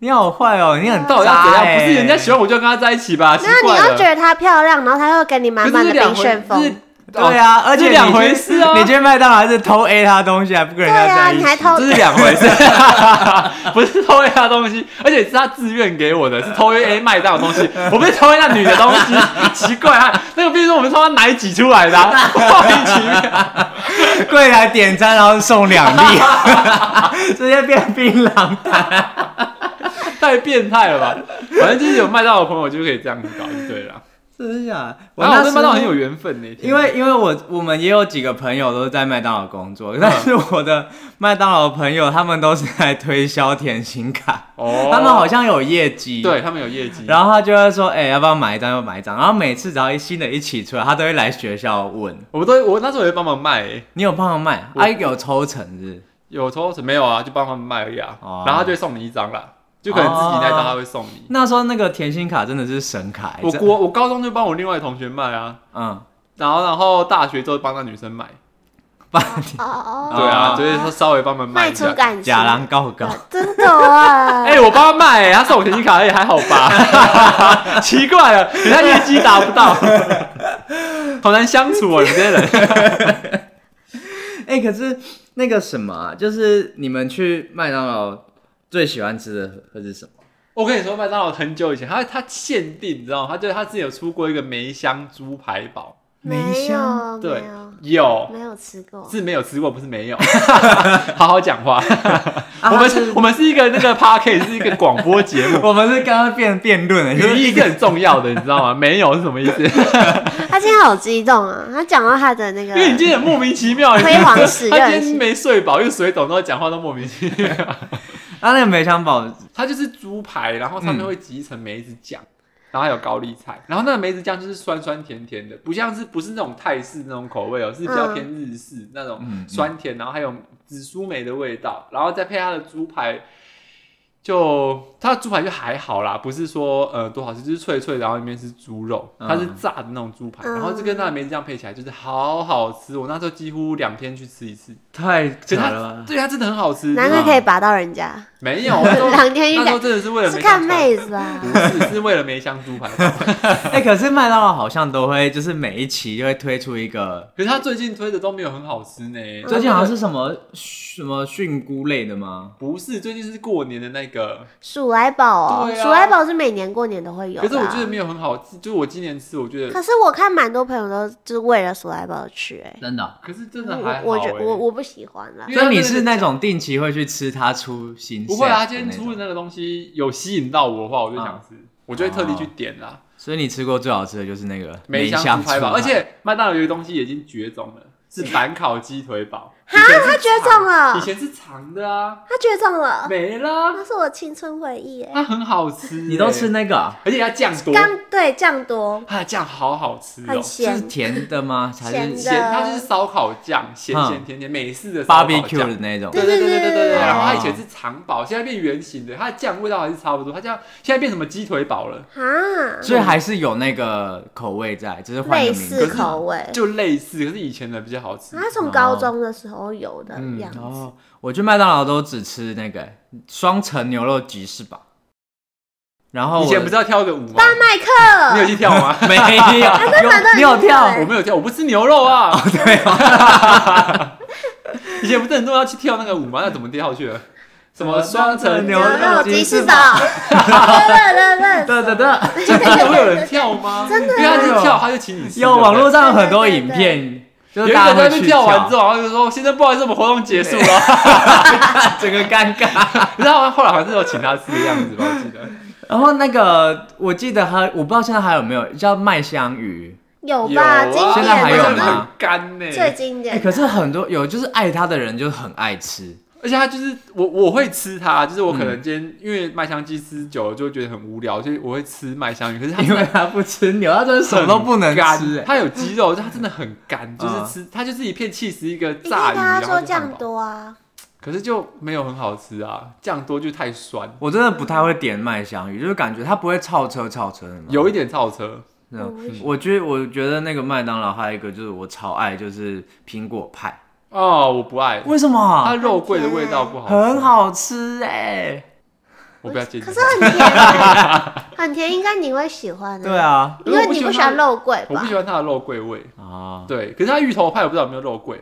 A: 你好坏哦，你很
C: 到底要怎
A: 渣
C: 样？
A: 欸
C: 不是人家喜欢我就要跟他在一起吧？奇
B: 那你
C: 怪
B: 要
C: 了，
B: 觉得她漂亮，然后她又给你满
C: 可
B: 满
C: 是
B: 的
C: 这两
B: 冰
C: 回
B: 旋
C: 是
B: 风，
A: 对啊，而且
C: 这哦两回事啊
A: 你去麦当劳还是偷 A 他东西，还不跟人家
B: 对啊
A: 在一起，
B: 你还偷
C: 这是两回事， 不是偷 A 他东西，而且是他自愿给我的，是偷 A 麦当劳东 西，我不是偷 A 那女的东西， 奇怪啊，那个必须说我们从他奶挤出来的啊、 莫名其妙，
A: 柜台点餐然后送两 粒，直接变槟榔摊。
C: 太变态了吧？反正就是有麦当劳的朋友就可以这样子搞就对了。
A: 真的假的？
C: 然啊后我
A: 那
C: 对
A: 时
C: 麦当劳很
A: 候
C: 有缘分呢、
A: 因为因为我我们也有几个朋友都是在麦当劳工作，但
C: 嗯
A: 是我的麦当劳朋友他们都是来推销甜心卡，
C: 哦，
A: 他们好像有业绩。。
C: 对他们有业绩，
A: 然后他就会说：“哎、要不要买一张？要不要买一张。”然后每次只要一新的一起出来，他都会来学校问
C: 我都我那时候也帮忙卖、欸，
A: 你有帮忙卖，
C: 我
A: 啊有抽成是不是
C: 有抽成没有啊？就帮他们卖而已啊。
A: 哦
C: 然后他就会送你一张啦，就可能自己那张他会送你。
A: 那时候那个甜心卡真的是神卡、欸，
C: 我
A: 这
C: 国我高中就帮我另外同学卖啊，
A: 嗯，
C: 然后然后大学之后帮那女生买，
A: 把
B: 哦哦，
C: 对
A: 哦
C: 啊，就是说稍微帮忙卖
B: 卖
C: 一
B: 出
C: 下。
B: 感情
A: 假，狼告告，
B: 真的啊！
C: 哎、我帮他卖、欸，他送我甜心卡也还好 吧？奇怪了，人家业绩达不到，好难相处哦，你们这些 人。
A: 哎、可是那个什么、啊，就是你们去麦当劳最喜欢吃的会是什么？
C: 我跟你说，麦当劳很久以前，他他限定，你知道吗？他就他之前有出过一个梅香猪排堡，
B: 没有，
C: 对
B: 没有，
C: 有
B: 没有吃过。
C: 是没有吃过，不是没 有。好好讲话，
A: 啊它
C: 我们是，我们是一个那个 p a r k 是一个广播节 目，
A: 我们是刚刚辩辩论的，就是
C: 语
A: 一
C: 义是
A: 个
C: 很重要的，你知道吗？没有是什么意思？
B: 他今天好激动啊！他讲到他的那个
C: 因，为你今天很莫名其 妙，你
B: 推广史
C: 他
B: 热
C: 今
B: 情
C: 天没睡饱，又水肿，然后讲话都莫名其妙。
A: 啊，那个梅香堡嗯
C: 它就是猪排，然后上面会挤一层梅子酱。然后还有高丽菜，然后那个梅子酱就是酸酸甜甜的，不像是不是那种泰式那种口味哦，是比较
B: 嗯
C: 偏日式那种
A: 嗯嗯
C: 酸甜，然后还有紫苏梅的味道，然后再配它的猪排，就它的猪排就还好啦，不是说呃多好吃，就是脆脆的，然后里面是猪肉，
A: 嗯
C: 它是炸的那种猪排，
B: 嗯
C: 然后这跟那个梅子酱配起来就是好好吃，我那时候几乎两天去吃一次，
A: 太扯
C: 其实它
A: 了吧。
C: 对它真的很好吃，
B: 难怪可以拔到人家，
C: 没有，那时候
B: 两天一
C: 那时候
B: 改，
C: 真的是为了
B: 是
C: 梅
B: 看
C: 香猪排
B: 妹子啊
C: 不。是，是为了梅香猪排。
A: 哎、可是麦当劳好像都会，就是每一期就会推出一个，
C: 可是他最近推的都没有很好吃呢。
A: 最近好像是什么什么菌菇类的吗？
C: 不是最近是过年的那个？
B: 鼠来宝哦，
C: 对啊
B: 鼠来宝是每年过年都会有
C: 可是
B: 的
C: 我
B: 啊。
C: 觉得没有很好吃，就是我今年吃，我觉得
B: 可是我看蛮多朋友都就是为了鼠来宝去、欸，
A: 真的啊、
C: 可是真的还
B: 哎，
C: 好
B: 我我觉
C: 哎。
B: 我我不喜欢啦
C: 因。为
A: 所以你是那种定期会去吃它出新
C: 不会啊，
A: set
C: 今
A: 的
C: 天
A: 那种
C: 出的那个东西有吸引到我的话，我就想吃，我就会特地去点啦。
A: 所以你吃过最好吃的就是那个
C: 梅
A: 香
C: 香猪排堡，
A: 堡，
C: 而且麦当劳有一个东西已经绝种了，是板烤鸡腿堡。哈，
B: 他
C: 它
B: 绝种了哦
C: 以前是长的啊，
B: 他绝种了，
C: 没啦，
B: 那是我青春回忆、欸，
C: 它很好吃。欸
A: 你都吃，那个啊、
C: 而且它酱多，
B: 刚对酱多，
C: 它的酱好好吃哦
B: 很。
A: 是
B: 咸，
A: 甜的吗？还
B: 咸
A: 是
B: 的
C: 咸，它就是烧烤酱，咸
A: 嗯
C: 咸甜甜，美式的烧烤酱
A: barbecue 啊的那种？
C: 对对对对对对对。
B: 对
C: 然后它以前是肠堡，现在变圆形的，它的酱味道还是差不多。它酱现在变什么鸡腿堡了，
B: 啊，
A: 所以还是有那个口味在，只是换
B: 类
A: 个名字。
B: 似口味。
C: 就类似，可是以前的比较好吃。
B: 他从高中的时候有的样子，
A: 哦，我去麦当劳都只吃那个双层牛肉吉士堡，然后我
C: 以前不是要跳个舞吗？
B: 麦
C: 你有
B: 克
C: 去跳吗？
A: 没有，哦有你有跳？
C: 我没有跳，我不吃牛肉啊。对
A: 啊
C: 以前不是很多人要去跳那个舞吗？那怎么跳去了？什么双层
A: 呃牛
C: 牛
A: 肉
B: 牛
C: 肉？
B: 肉
A: 鸡
B: 鸡
A: 翅
B: 翅
A: 膀
B: 堡，乐乐乐
A: 对
B: 乐，
A: 对对，
C: 真的会有人跳吗？ 真的，因为他是跳，他就请你吃。
A: 有
C: 对不对
A: 网络上有很多影片，就
C: 有
A: 是
C: 一
A: 大
C: 个
A: 家
C: 在那
A: 会
C: 边
A: 去
C: 跳啊完之 后，然后就说：“哦先生，不好意思，我们活动结束了。”
A: 整个尴尬。
C: 然后后来好像是有请他吃的样子吧，我记得
A: 然后那个我记得还我不知道现在还有没有叫麦香鱼，
B: 有吧？
C: 有啊
B: 经典的
A: 现在还有
C: 好像
A: 吗
C: 很干呢、
B: 最经
A: 哎、
B: 典的。
A: 可是很多有就是爱它的人就是很爱吃，
C: 而且他就是我，我会吃它，就是我可能今天、因为麦香鸡吃久了就会觉得很无聊，所以我会吃麦香鱼。可是 它
A: 因
C: 真
A: 为
C: 的
A: 他不吃牛，他真的什么都不能
C: 很干
A: 吃、哎，嗯
C: 它有鸡肉，它真的很干，就是吃它就是一片气死一个
B: 你
C: 炸
B: 看
C: 鱼，
B: 他
C: 然后
B: 说
C: 就
B: 酱
C: 汉堡，
B: 多啊，
C: 可是就没有很好吃啊，酱多就太酸，
A: 我真的不太会点麦香鱼，就是感觉它不会超车超车的嘛。
C: 有一点超车。
A: 嗯，我觉得我觉得那个麦当劳还有一个就是我超爱就是苹果派，
C: 哦，我不爱，
A: 为什么
C: 它？肉桂的味道不好吃，
A: 很，好欸吃哎、
C: 我不要接你
B: 可。是很甜啊，很甜，应该你会喜欢的。
A: 对，啊，
B: 因为你不喜欢肉桂
C: 我
B: 吧
C: 不喜？欢它的肉桂味，
A: 啊，
C: 对，可是它芋头派我不知道有没有肉桂，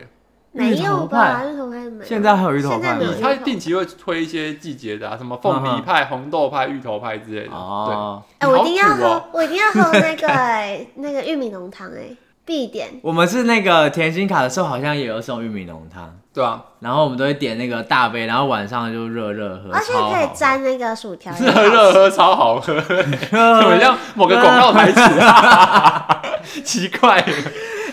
B: 没有吧？
A: 芋
B: 芋头派没有。
A: 现在还有芋头
B: 现在
A: 派吗
B: 没有芋
C: 你
B: 头
C: 它
B: 派
C: 定期会推一些季节的啊，什么凤梨派、红豆派、芋头派之类的。
A: 嗯哦，
B: 哎，我一定要
C: 你好哦苦
B: 喝，我一定要喝那个 哎，那个玉米浓汤哎，必点。
A: 我们是那个甜心卡的时候好像也有送玉米浓汤，
C: 对，对啊，
A: 然后我们都会点那个大杯，然后晚上就热热
C: 呃
A: 喝，
B: 而 且
A: 超
B: 可
A: 好
B: 以
A: 喝
B: 沾那个薯条，
C: 热啊热喝超好喝，怎 么像某个广告台词啊？ 奇怪，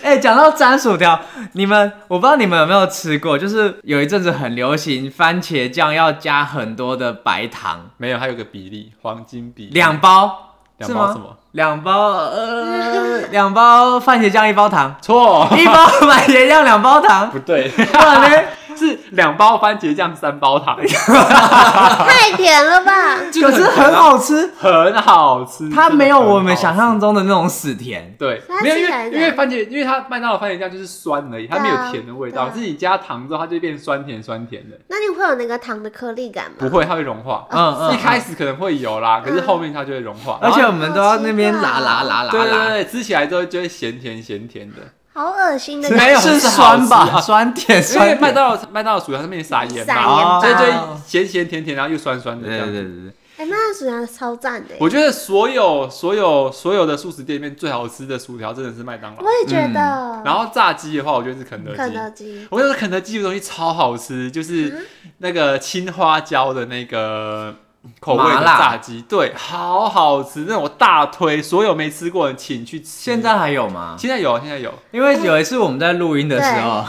A: 哎、讲到沾薯条，你们我不知道你们有没有吃过，就是有一阵子很流行番茄酱要加很多的白糖，
C: 没有，它有个比例，黄金比例
A: 两包
C: 两
A: 是
C: 包
A: 吗
C: 什么？
A: 两包呃两包番茄酱一包糖，
C: 错，
A: 一 包番茄酱两包糖，
C: 不对，
A: 不然 呢
C: 是两包番茄酱三包糖，
B: 太甜了吧？
A: 可是很好吃，
C: 很好吃。
A: 它没有
C: 真的很好
A: 我们
C: 吃
A: 想象中的那种死 甜。
C: 对
B: 它，
C: 没有因
B: 吃起来
C: 为
B: 是
C: 因为番茄，因为它麦当劳番茄酱就是酸而已，它
B: 对
C: 没有
B: 啊
C: 甜的味
B: 对
C: 道，
B: 啊嗯
C: 自己加糖之后它就变酸甜酸甜的，
B: 那你会有那个糖的颗粒感吗？
C: 不会，它会融化。
A: 嗯嗯，
C: 一开始可能会有啦，可是后面它就会融化，
A: 而且
C: 然
A: 我
C: 后
A: 们都要那边拉拉拉拉拉，
C: 对对对，吃起来之后就会咸甜咸甜的，
B: 好恶心的
C: 没
B: 感
C: 有
B: 觉。
A: 是
C: 是好
A: 酸
C: 吃
A: 吧？
C: 啊
A: 酸甜
C: 因为
A: 酸
C: 麦
A: 甜。
C: 当劳麦当劳薯条上面撒盐
B: 撒
C: 嘛，
B: 盐
A: 哦
B: 巴
C: 所以就
A: 对
C: 会咸咸甜甜，然后又酸酸的这
A: 对
C: 样
A: 对
C: 子。
A: 对对，
B: 哎，那薯条超赞的耶。
C: 我觉得所有所有所有的素食店里面最好吃的薯条真的是麦当劳
B: 我，也觉得。
C: 嗯然后炸鸡的话，我觉得是肯德
B: 肯
C: 基。
B: 德基，
C: 我觉得肯德基的东西超好吃，就是
B: 嗯
C: 那个青花椒的那个口味
A: 麻
C: 的
A: 辣
C: 炸鸡，对，好好吃，那我大推，所有没吃过的请去吃。
A: 现在还有吗？
C: 现在有，现在有，
A: 因为有一次我们在录音的时候，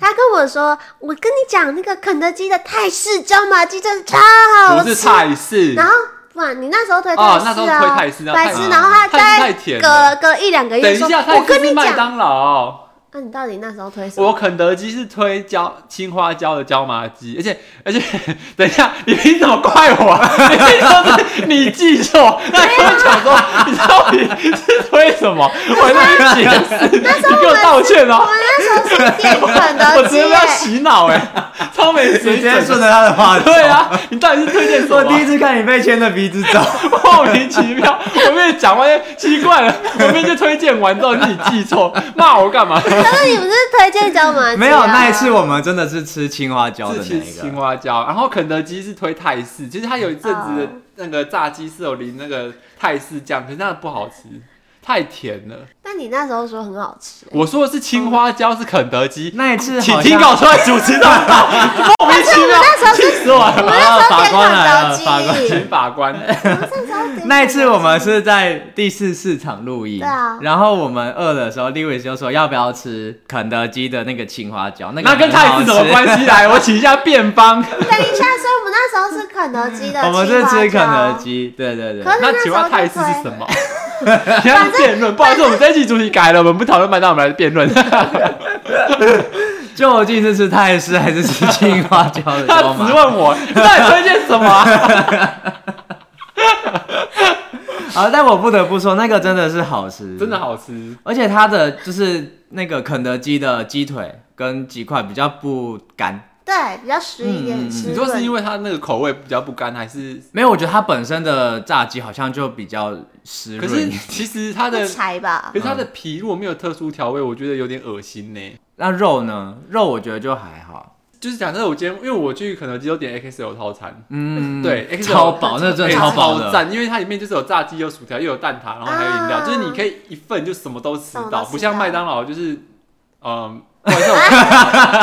B: 他跟我说：“我跟你讲，那个肯德基的泰式椒麻鸡真的超好
C: 不
B: 吃。
C: 是”泰式，
B: 然后不然你那时候推泰式啊，
C: 哦，那时候推泰式啊，
B: 白
A: 式
B: 痴，
A: 啊
B: 然后他
C: 泰式
B: 在
C: 太甜了。
B: 隔隔一两个
C: 等
B: 月
C: 一
B: 说，
C: 下，泰
B: 我跟
C: 式是
B: 你
C: 麦
B: 讲，
C: 当劳。
B: 那你到底那时候推什么？
C: 我肯德基是推椒青花椒的椒麻鸡，而且而且，等一下，你凭什么怪我？ 你凭什么是你记错？那你跟我讲说，你到底是推什么？我在那边解释，你给我道歉
B: 我
C: 哦！
B: 们那时候是点肯
C: 我
B: 德
C: 直
B: 基
C: 接被他
B: 耶，
C: 洗脑哎、 超没
A: 直
C: 水
A: 接顺
C: 准。
A: 着他的话走。
C: 对，啊，你到底是推荐什
A: 我第
C: 么
A: 一？次看你被牵着鼻子走，
C: 莫名其妙，我跟你讲完奇 怪了，我跟你就推荐完之后你记错，骂 我干嘛？
B: 可是你不是推荐椒麻鸡啊？
A: 没有那一次我们真的是吃青花椒的
C: 是
A: 那
C: 吃
A: 一
C: 青
A: 个，
C: 花椒，然后肯德基是推泰式，其实它有一阵子的那个炸鸡是有淋那个泰式酱，可是那个不好吃，太甜了。
B: 但你那时候说很好吃，
C: 我说的是青花椒是肯德基，
A: 那一次
C: 请
A: 好
C: 听
A: 像
C: 搞出来主持人，莫名其妙，气死我
B: 啊我
C: 了！
B: 们那时候
A: 法官来了法
B: 点肯德基
C: 请，法官，
B: 我们那时候点肯德基
A: 那一次我们是在第四市场录音，
B: 对啊
A: 然后我们饿的时候，Lewis 就说要不要吃肯德基的那个青花椒， 那个
C: 那跟
A: 很好
C: 泰式什么
A: 吃
C: 关系？来，我请一下辩方。
B: 等一下，所以我们那时候是肯德基的，
A: 我们是吃肯德。基，对对对
B: 可。是
C: 那
B: 那时
C: 请
B: 候
C: 问
B: 就
C: 泰式
B: 推
C: 是什么？ 你要辩论，不好意思，我们这一期主题改了，我们不讨论麦当劳，我们来辩 论。
A: 究竟是吃泰式还是吃青花椒的
C: 他
A: 椒
C: 只
A: 麻？
C: 问我，你到底推荐什么 啊？
A: 啊，但我不得不说，那个真的是好吃，
C: 真的。好吃，
A: 而且它的就是那个肯德基的鸡腿跟鸡块比较不干，
B: 对，比较实一
A: 嗯嗯嗯
B: 点吃。
C: 你说是因为它那个口味比较不干，还是？
A: 没有，我觉得它本身的炸鸡好像就比较湿
C: 可是
A: 润。
C: 其实它的
B: 不，柴吧
C: 可？是它的皮如果没有特殊调味，我觉得有点恶心呢。
A: 那肉呢？肉我觉得就还好，
C: 就是假设我今天，因为我去肯德基都点 XL 套餐，
A: 嗯，
C: 对
A: 超饱，那个真的
C: 哎
A: 超饱的
C: 超，赞，因为它里面就是有炸鸡、有薯条、又有蛋挞，然后还有饮料，
B: 啊哦
C: 就是你可以一份就什么都吃
B: 什么都
C: 到，
B: 吃到
C: 不像麦当劳就是，嗯。不好意思我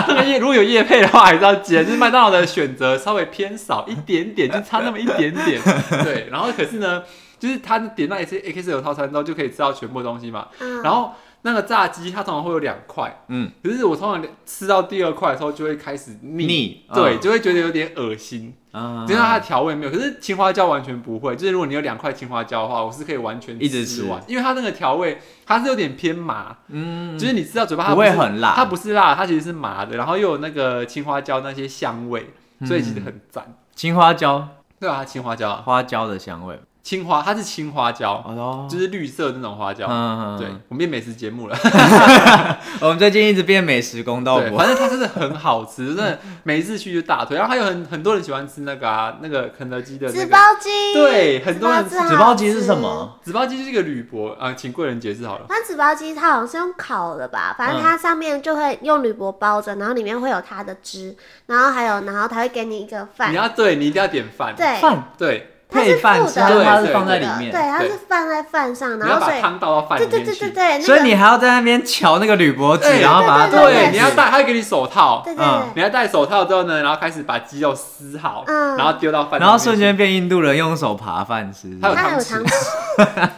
C: 那个夜如果有夜配的话，还是要接。就是麦当劳的选择稍微偏少一点点，就差那么一点 点。对，然后可是呢，就是他点到一些 XL 套餐之后，就可以吃到全部东西嘛。
B: 嗯，
C: 然后那个炸鸡它通常会有两块，
A: 嗯，
C: 可是我通常吃到第二块的时候就会开始腻，
A: 腻
C: 对，
A: 嗯
C: 就会觉得有点恶心。
A: 啊
C: 只是它的调味没有，可是青花椒完全不会。就是如果你有两块青花椒的话，我是可以完全
A: 一直吃
C: 完，因为它那个调味它是有点偏麻，
A: 嗯，
C: 就是你吃到嘴巴它
A: 不会
C: 是
A: 很辣
C: 它不是辣，它其实是麻的，然后又有那个青花椒那些香味，
A: 嗯
C: 所以其实很赞。
A: 青花椒，
C: 对啊，它青花椒啊，
A: 花椒的香味，
C: 青花它是青花椒，
A: 哦
C: 就是绿色的那种花椒。
A: 嗯，
C: 对
A: 嗯，
C: 我们变美食节目了。
A: 嗯我们最近一直变美食公道
C: 对，
A: 博，
C: 反正它真的很好吃，真的每一次去就大推。然后还有很很多人喜欢吃那个啊，那个肯德基的那
B: 纸
C: 个
B: 包鸡，
C: 对很多人
B: 纸包鸡
A: 纸包鸡是什？么？
C: 纸包鸡就是一个铝箔啊，请贵人解释好了。
B: 它纸包鸡它好像是用烤的吧，反
C: 嗯
B: 正它上面就会用铝箔包着，然后里面会有它的汁，然后还有，然后它会给你一个饭
C: 你，要对，你一定要点饭。
B: 对，
A: 饭
C: 对，
B: 它
A: 配
B: 是
A: 饭
B: 附
A: 吃，它是
C: 对
A: 它
C: 对
A: 是放在里
B: 对，
A: 面，
B: 它
C: 对
B: 是放在饭上，
C: 你
B: 然
C: 要
B: 后所
C: 把
B: 以，
C: 汤倒到饭
B: 对
C: 里
B: 对
C: 面
B: 对对
C: 去。
B: 对，那
A: 所以
B: 个
A: 你还要在那边瞧那个铝箔纸，
C: 哎
A: 然后把它倒进
C: 对，
A: 去
C: 你要戴，他给你手套，
B: 对对
A: 嗯
B: 对，
C: 你要戴手套之后呢，然后开始把鸡肉撕好，
B: 嗯
C: 然后丢到饭，
A: 然后瞬间，变印度人用手扒饭吃。
C: 还有
B: 它有
C: 汤
B: 糖
C: 匙
B: 吃，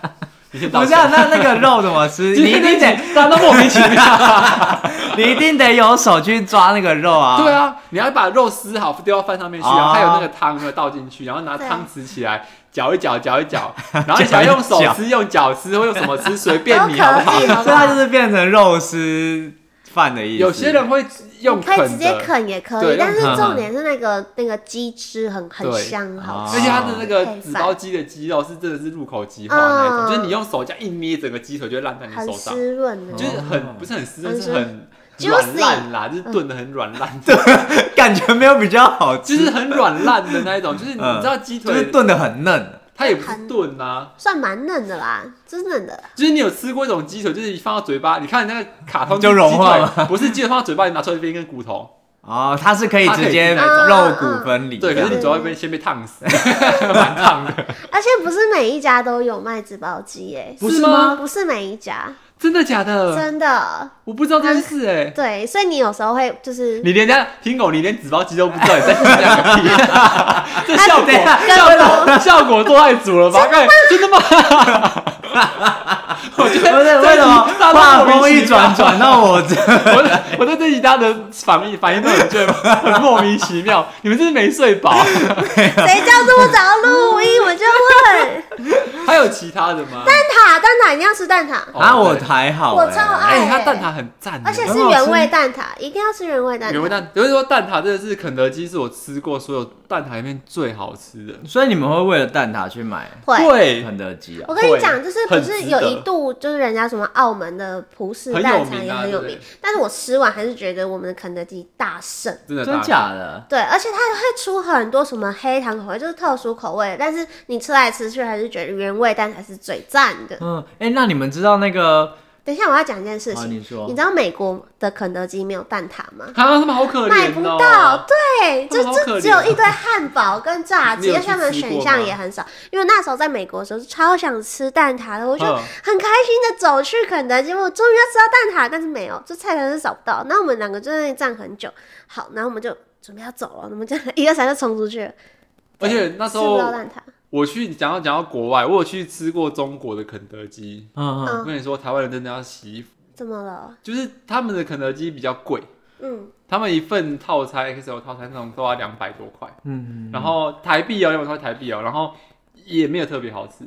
C: 你先
A: 不
C: 道
A: 是
C: 歉
A: 啊，那那个肉怎么 吃？你一定得，，
C: 大家都莫名其 妙。
A: 你一定得有手去抓那个肉啊。
C: 对，啊，你要把肉撕好丢到饭上面去，
A: 哦
C: 然后还有那个汤有没有倒进去，然后拿
B: 对
C: 汤匙起来搅一搅，搅 一搅，然后你想用手
A: 搅一
C: 吃、用脚吃或用什么吃，随 便
B: 都可
C: 你好不好？
B: 以，哦好不
A: 所以它就
B: 好？
A: 是变成肉丝饭的意思。
C: 有些人会 用
B: 你可以直
C: 啃
B: 接
C: 的，
B: 啃也可
C: 对
B: 以，但是
A: 用啃
B: 重点是那个那个鸡汁很很
C: 对啊
B: 香，很好
A: 哦
B: 吃。
C: 而且它的那
B: 配
C: 个
B: 饭
C: 纸包鸡的鸡肉是真的是入口即化的那一种，
B: 嗯
C: 就是你用手这样一捏，整个鸡腿就会烂在你
B: 很
C: 手上。
B: 湿润的，
C: 就是
A: 哦
C: 很不是很湿润，
B: 很
C: 是
B: 湿嗯
C: 很
B: Juicy
C: 软烂啦，就是炖的很软烂，
A: 感觉没有比较好
C: 就
A: 吃，
C: 是很软烂的那一种。就是你
A: 嗯
C: 知道鸡
A: 就是
C: 腿，
A: 炖的很嫩。
C: 它也不是炖啊，
B: 算蛮嫩的啦，真嫩的。
C: 就是你有吃过一种鸡腿，就是一放到嘴巴，你看那个卡通
A: 就融化
C: 鸡
A: 了
C: 腿，不是鸡腿放到嘴巴里拿出来变一根骨头，
A: 哦，它是可以直接
C: 它
B: 可以是那
A: 肉
B: 种
A: 骨分离这
C: 对，
A: 样。
C: 可是你主要被先被烫死， 蛮烫的，
B: 而且不是每一家都有卖纸包鸡耶、
A: 不是吗
B: 不是每一家，
C: 真的假的？
B: 真的。
C: 我不知道这件事哎，
B: 对，所以你有时候会就是
C: 你连家听狗，你连纸包鸡都不知道，你在讲个屁！这效果
A: 等一下
C: 效果效果做太足了吧？看真的吗？我觉得
A: 不是为什么
C: 这集大家
A: 话
C: 都莫
A: 锋
C: 名
A: 一
C: 其妙
A: 转转到我这？
C: 我的我对这集大家的反应反应都很觉得很莫名其妙。你们是不是没睡饱？
B: 谁叫这么早录音？我就 问
C: 还有其他的吗？
B: 蛋挞，蛋挞一定要吃蛋挞，
C: 哦
A: 啊，我
C: 对
A: 还好欸，
B: 我超爱
C: 哎，它蛋挞很赞耶，
B: 而且
A: 很
B: 是
A: 好吃
B: 原味蛋挞，一定要吃原味蛋挞。
C: 原味蛋，有人说蛋挞真的是肯德基是我吃过所有蛋挞里面最好吃的。
A: 所以你们会为了蛋挞去买
B: 会。
C: 对，
A: 肯德基啊？
B: 我跟你讲，就是不
C: 很
B: 是
C: 值
B: 有
C: 得
B: 一度就是人家什么澳门的葡式
C: 很有
B: 蛋挞
C: 名
B: 也
C: 啊
B: 很
C: 对
B: 有
C: 不
B: 名
C: 对，
B: 但是我吃完还是觉得我们的肯德基大胜。
C: 真的
A: 真
C: 大
A: 假的？
B: 对，而且它会出很多什么黑糖口味，就是特殊口味，但是你吃来吃去还是觉得原味蛋才是最赞的。
A: 嗯，哎、那你们知道那个？
B: 等一下我要讲一件事
A: 好，
B: 情，
A: 你说
B: 你知道美国的肯德基没有蛋挞吗？
C: 啊，他们好可怜、哦，
B: 买不到，对，
C: 他们
B: 就
C: 好可
B: 就
C: 怜
B: 只有一堆汉堡跟炸
C: 你
B: 鸡，
C: 有
B: 而
C: 去
B: 且他们的
C: 吃过
B: 选项
C: 吗
B: 也很少。因为那时候在美国的时候是超想吃蛋挞的，我就
C: 嗯
B: 很开心的走去肯德基，我终于要吃到蛋挞，但是没有，这菜单是找不到。那我们两个就在那里站很久，好，然后我们就准备要走了，我们就 一二三就冲出去了，
C: 而且那时
B: 吃不到
C: 候
B: 蛋挞。
C: 我去讲到讲到国外，我有去吃过中国的肯德基。
A: 嗯嗯，
C: 我
B: 嗯，
C: 跟你说，台湾人真的要洗衣服，
B: 怎么了？
C: 就是他们的肯德基比较贵，
B: 嗯，
C: 他们一份套餐 XL 套餐那种都要两百多块，
A: 嗯，
C: 然后台币哦，因为我说台币哦，然后也没有特别好吃，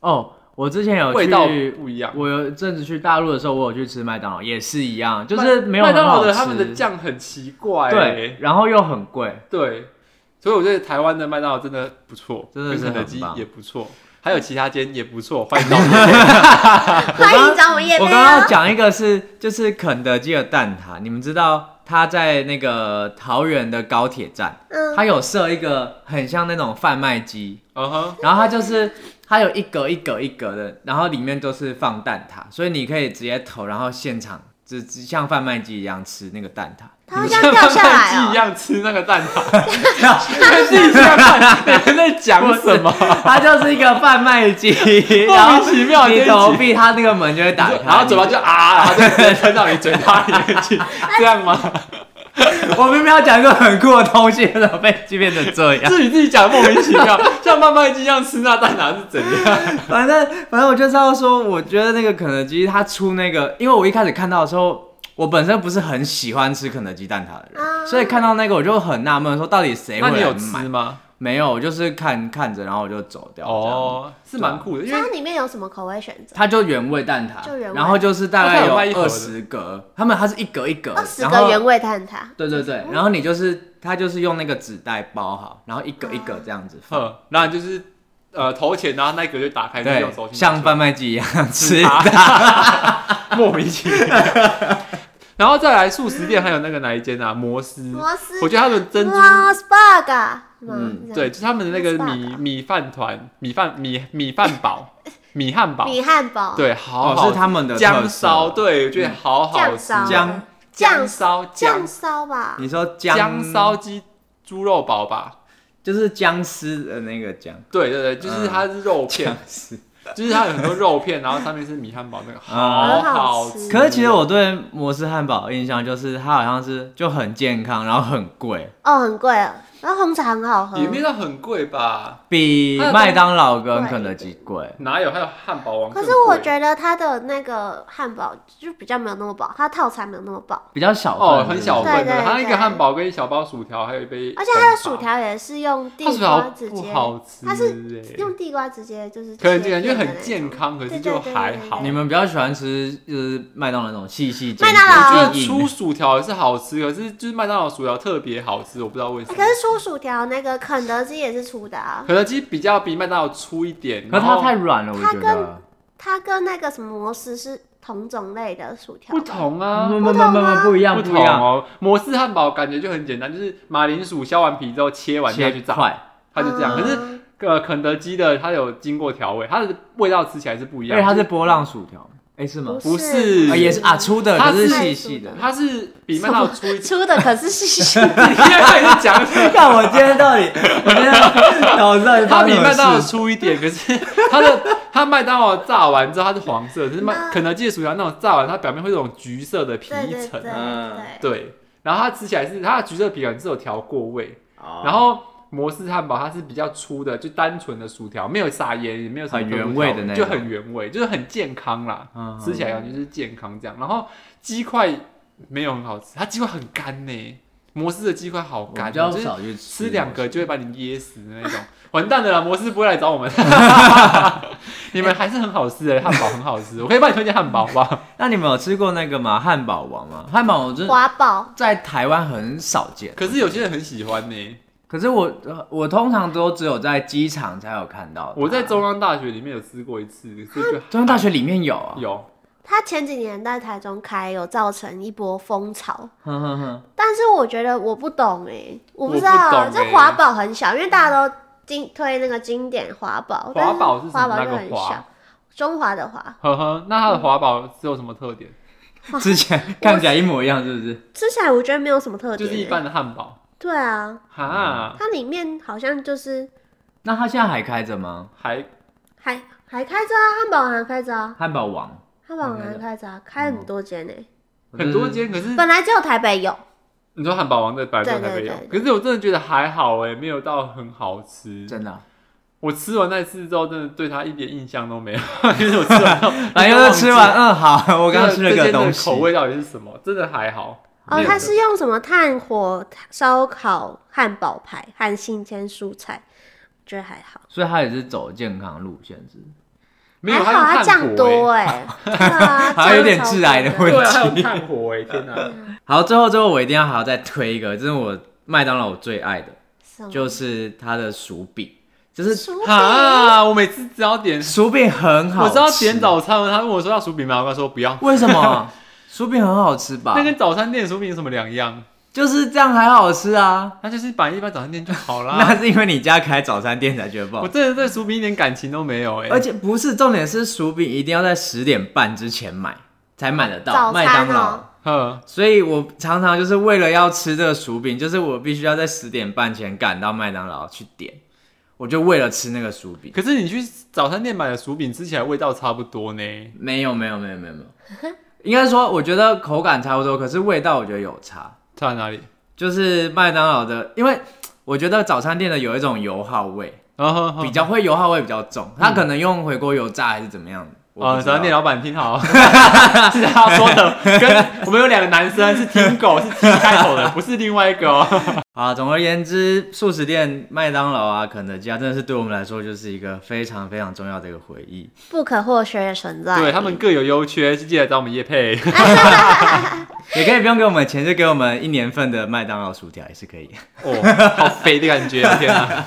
A: 哦，我之前有
C: 味
A: 去，
C: 道不一样。
A: 我有一阵子去大陆的时候，我有去吃麦当劳，也是一样，就是
C: 麦
A: 没有
C: 麦
A: 很
C: 当
A: 好
C: 劳
A: 吃。
C: 的他们的酱很奇怪、
A: 对，
C: 欸，
A: 然后又很 贵，
C: 对，所以我觉得台湾的麦当劳真的不错，
A: 真的是
C: 跟肯德基
A: 很棒
C: 也不错，还有其他间也不错，欢迎到我们
B: 欢迎找我们叶
A: 我
B: 飞
A: 刚刚
B: 哦
A: 要。讲一个是，就是肯德基的蛋挞，你们知道它在那个桃园的高铁站，
B: 嗯，
A: 它有设一个很像那种贩卖机，
C: 嗯哼，
A: 然后它就是它有一格一格一格的，然后里面都是放蛋挞，所以你可以直接投，然后现场只只像贩卖机一样吃那个蛋挞。
B: 它会
C: 你
B: 这
C: 像
B: 样掉下来
C: 贩卖机一
B: 哦。
C: 样吃那个蛋挞，跟自己下饭，你们在讲什么？
A: 它就是一个贩卖 机，然
C: 莫名
A: 后
C: 其妙，这
A: 你
C: 一
A: 投
C: 集
A: 币，它那个门就会打开，
C: 然后嘴巴就啊，然后就直接喷到你嘴巴里面去，这样吗？
A: 我明明要讲一个很酷的东西，怎么被欺变成这样？
C: 是你自己讲的莫名其妙，像贩卖机一样吃那蛋挞是怎样？
A: 反正反正我就知道说，我觉得那个肯德基它出那个，因为我一开始看到的时候，我本身不是很喜欢吃肯德基蛋挞的人，
B: 啊
A: 所以看到那个我就很纳闷，说到底谁
C: 那
A: 会
C: 你有
A: 来
C: 吃
A: 买？
C: 吗？
A: 没有，我就是看看着，然后我就走掉。哦，
C: 哦，是蛮酷的，因
B: 所以
C: 为
B: 它里面有什么口味选择？
A: 它就原味蛋挞
B: 就原，味
A: 然后就是大
C: 哦它
A: 概
C: 有
A: 有
C: 卖一盒的
A: 二十格，他们它是一格一格，
C: 呃
B: 二哦十
A: 然
B: 个
A: 后
B: 原味蛋挞，
A: 对对
C: 哦
A: 对，然后你就是它就是用那个纸袋包好，然后一格一格这样子放。
C: 哼，那就是呃投钱，然后那一格就打开，就
A: 对
C: 用手，机拿出来啊
A: 像贩卖机一样吃。
C: 莫名其妙。然后再来素食店，还有那个哪一间啊？摩斯，
B: 摩斯，
C: 我觉得他们珍珠
B: 哇，Spag 啊，
A: 嗯
B: 嗯，
C: 对，，就是他们的那个
B: Spark
C: 米米饭团、米饭米米饭 堡、米汉堡，
B: 米汉堡，
C: 对，好
A: 哦，
C: 好
A: 是他们的特
C: 姜
A: 色
C: 烧，对我觉得好好
B: 酱
C: 吃，
B: 烧，
A: 姜
B: 酱
C: 姜烧
B: 酱
C: 姜
B: 烧吧，
A: 你说姜
C: 姜烧鸡猪肉堡吧，
A: 就是姜丝的那个姜，
C: 对对对，就是它是肉
A: 嗯
C: 片
A: 姜，丝。
C: 就是它有很多肉片，然后上面是米汉堡那个，
A: 啊
C: 好
B: 好
C: 好
B: 吃
C: 吃。
A: 可是其实我对摩斯汉堡的印象就是它好像是就很健康，然后很贵，
B: 哦，很贵哦，然后红茶很好喝，
C: 也没到很贵吧？
A: 比麦当劳跟肯德基贵。
C: 哪有？还有汉堡王
B: 可
C: 更
B: 是
C: 贵。
B: 我觉得它的那个汉堡就比较没有那么饱，它套餐没有那么饱，
A: 比较小份
C: 哦，很
A: 是
C: 小
A: 不是
C: 份
B: 对对
C: 的，它一
B: 对
C: 个汉堡跟一小包薯条，还有一杯红茶，
B: 而且它的薯条也是用
C: 它薯
B: 地瓜
C: 条
B: 直
C: 不
B: 接，
C: 好吃欸，
B: 它是用地瓜直接就是
C: 可能
B: 切
C: 这样，因
B: 片的
C: 为很
B: 那
C: 健
B: 种。
C: 康，可
B: 对
C: 是
B: 对
C: 就
B: 对
C: 还
B: 对对
C: 好。
A: 你们比较喜欢吃就是麦当劳那种细细
B: 麦当劳啊
C: 我觉
A: 我
C: 得出薯条也是好吃，可是就是麦当劳薯条特别好吃，我不知道为什
B: 欸
C: 么
B: 可。是出薯条那个肯德基也是出的啊，
C: 肯德基比较比麦当劳粗一点，
A: 可是
C: 然
A: 它
C: 后
A: 太软了，我
B: 它
A: 觉
B: 跟
A: 得。
B: 它跟那个什么摩斯是同种类的薯条
C: 不
B: 吧，
C: 同啊，
A: 不不不不不一样
C: 不
A: 不
C: 同
A: 一样，
C: 哦。摩斯汉堡感觉就很简单，就是马铃薯削完皮之后切完下
A: 切
C: 去炸，
A: 块，
C: 它就这样。
B: 啊
C: 可是呃，肯德基的它有经过调味，它的味道吃起来是不一
A: 而
C: 样
A: 且它
C: 的。
A: 是波浪薯条，哎是吗？
C: 不
B: 是
C: 是
A: 啊也是啊，粗的
C: 它
A: 可是
C: 是
A: 细细的。
C: 它是比麦当劳粗一点。
B: 出的可是细细的，
C: 你看你在讲什么？
A: 看我今天到 底，我今天脑子到底
C: 它
A: 发
C: 比
A: 生什
C: 麦
A: 么
C: 当劳
A: 事？
C: 粗一点，可是 它的它麦当劳炸完之后它是黄色，可是麦
B: 那
C: 肯德基的薯条那种炸完它表面会有种橘色的皮
B: 对对对
C: 层，啊
B: 对
A: 嗯
C: 对，然后它吃起来是它的橘色皮感是有调过味，
A: 然
C: 然后摩斯汉堡它是比较粗的，就单纯的薯条，没有撒盐，也没有什么
A: 很
C: 特殊
A: 原味
C: 调
A: 的
C: 味
A: 那
C: 就
A: 种
C: 很原味，就是很健康啦。
A: 嗯
C: 吃起来感觉就是健康这样。然后鸡块没有很好吃，它鸡块很干呢、摩斯的鸡块好
A: 我
C: 干
A: 比
C: 哦，
A: 较
C: 就是
A: 少去
C: 吃两个就会把你噎死的那种。完蛋了啦，摩斯不会来找我们。你们还是很好吃的、汉堡很好吃，我可以帮你推荐汉堡 吧。
A: 那你们有吃过那个吗？汉堡王吗？汉堡王就是
B: 华宝
A: 在台湾很少见，
C: 可是有些人很喜欢呢、
A: 可是我呃我通常都只有在机场才有看到它。
C: 我在中央大学里面有吃过一次，所以就
A: 中央大学里面有啊，
C: 有。
B: 它前几年在台中开，有造成一波风潮。
A: 哼哼哼，
B: 但是我觉得我不懂哎、我不知
C: 我不
B: 道
C: 懂
B: 这
C: 欸
B: 华宝很小，因为大家都经推那个经典华宝，但
C: 华宝是什么
B: 华宝
C: 那
B: 就
C: 个
B: 很
C: 华
B: 小，中华的华。
C: 呵呵，那它的华堡是有什么特点？
A: 之前看起来一模一样，是不是？
B: 吃起来我觉得没有什么特
C: 就
B: 点、欸
C: 是一般的汉堡
B: 对啊，
C: 哈，
B: 它里面好像就是
A: 那它现在还开着吗？
C: 还
B: 还还开着啊，汉堡王还开着啊，
A: 汉堡王
B: 汉堡王还开着啊，开
C: 哦
B: 很多间呢、
C: 很多间，可是
B: 本来只有台北有，
C: 你说汉堡王在白州台北有
B: 对对，
C: 可是我真的觉得还好哎，没有到很好吃。
A: 真的啊，，
C: 我吃完那次之后，真的对它一点印象都没有，因为我吃完之后
A: 然后吃完，嗯，好， 我
C: 我
A: 刚刚吃了个东西
C: 口，味到底是什么？真的还好。
B: 哦
C: 没，有
B: 它是用什么炭火烧烤汉堡排和新鲜蔬菜，觉得还好，
A: 所以它也是走健康路线，是不是？
C: 没有，
B: 还
C: 有
B: 好它
C: 炭
B: 酱
C: 火
B: 多
C: 哎，
B: 哎、对啊，
A: 好像有点
B: 酱超
A: 致癌的
B: 多
A: 味
C: 对啊，还有炭火哎，天哪！
A: 好，最后最后我一定要还要再推一个，这是我麦当劳我最爱的，
B: 什
C: 嗯
B: 么
A: 就是它的薯饼，就是
B: 薯饼
C: 啊，我每次只要点，
A: 薯饼很好
C: 我
A: 吃，
C: 知道点早餐，他问我说要薯饼吗？我跟他说 不要，
A: 为什 么？薯饼很好吃吧
C: 那？跟早餐店的薯饼有什么两样？
A: 就是这样还好吃啊。
C: 那就是摆一般早餐店就好啦。
A: 那是因为你家开早餐店才觉得不 好
C: 我
A: 吃，
C: 真的对薯饼一点感情都没有哎、
A: 而且不是重点是薯饼一定要在十点半之前买才买得到
B: 早餐哦
A: 麦当劳，
C: 哼，
A: 所以我常常就是为了要吃这个薯饼，就是我必须要在十点半前赶到麦当劳去点，我就为了吃那个薯饼。
C: 可是你去早餐店买的薯饼吃起来味道差不多呢。
A: 没有没有没有没有没有，应该说我觉得口感差不多，可是味道我觉得有差。
C: 差在哪里？
A: 就是麦当劳的，因为我觉得早餐店的有一种油耗味，
C: 啊哈哈
A: 比较会油耗味比较重，它可能用回锅油炸还是怎么样的。我
C: 啊，
A: 不
C: 早
A: 知道
C: 餐店老板听 好，是他说的，跟我们有两个男生是听狗，是 T 开头 的，不是另外一个哦。
A: 啊，总而言之，素食店、麦当劳啊、肯德基啊，真的是对我们来说就是一个非常非常重要的一个回忆。
B: 不可或缺的存在。
C: 对他们各有优缺，记得来找我们叶配。
A: 也可以不用给我们钱，就给我们一年份的麦当劳薯条也是可以。
C: 哦，好肥的感觉，天 啊！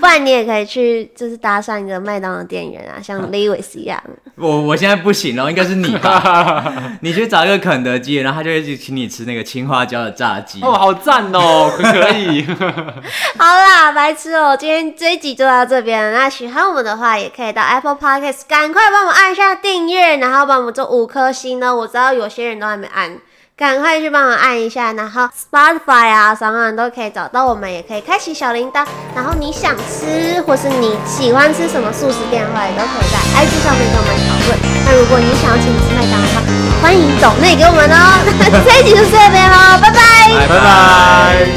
B: 不然你也可以去，就是搭讪一个麦当劳店员啊，像 Lewis 一样。
A: 我我现在不行了，应该是你吧？你去找一个肯德基，然后他就会去请你吃那个青花椒的炸鸡。
C: 哦，好赞哦，可可以。
B: 好啦，白痴哦、今天这一集就到这边了。那喜欢我们的话，也可以到 Apple Podcast 赶快帮我们按一下订阅，然后帮我们做五颗星呢。我知道有些人都还没按，赶快去帮我按一下。然后 Spotify 啊、什么都可以找到我们，也可以开启小铃铛。然后你想吃或是你喜欢吃什么素食店的话，也都可以在 IG 上面跟我们讨论。那如果你想要请你吃麦当劳的 哦话，欢迎抖内给我们哦。那这一集就这边喽，拜拜
A: 拜拜。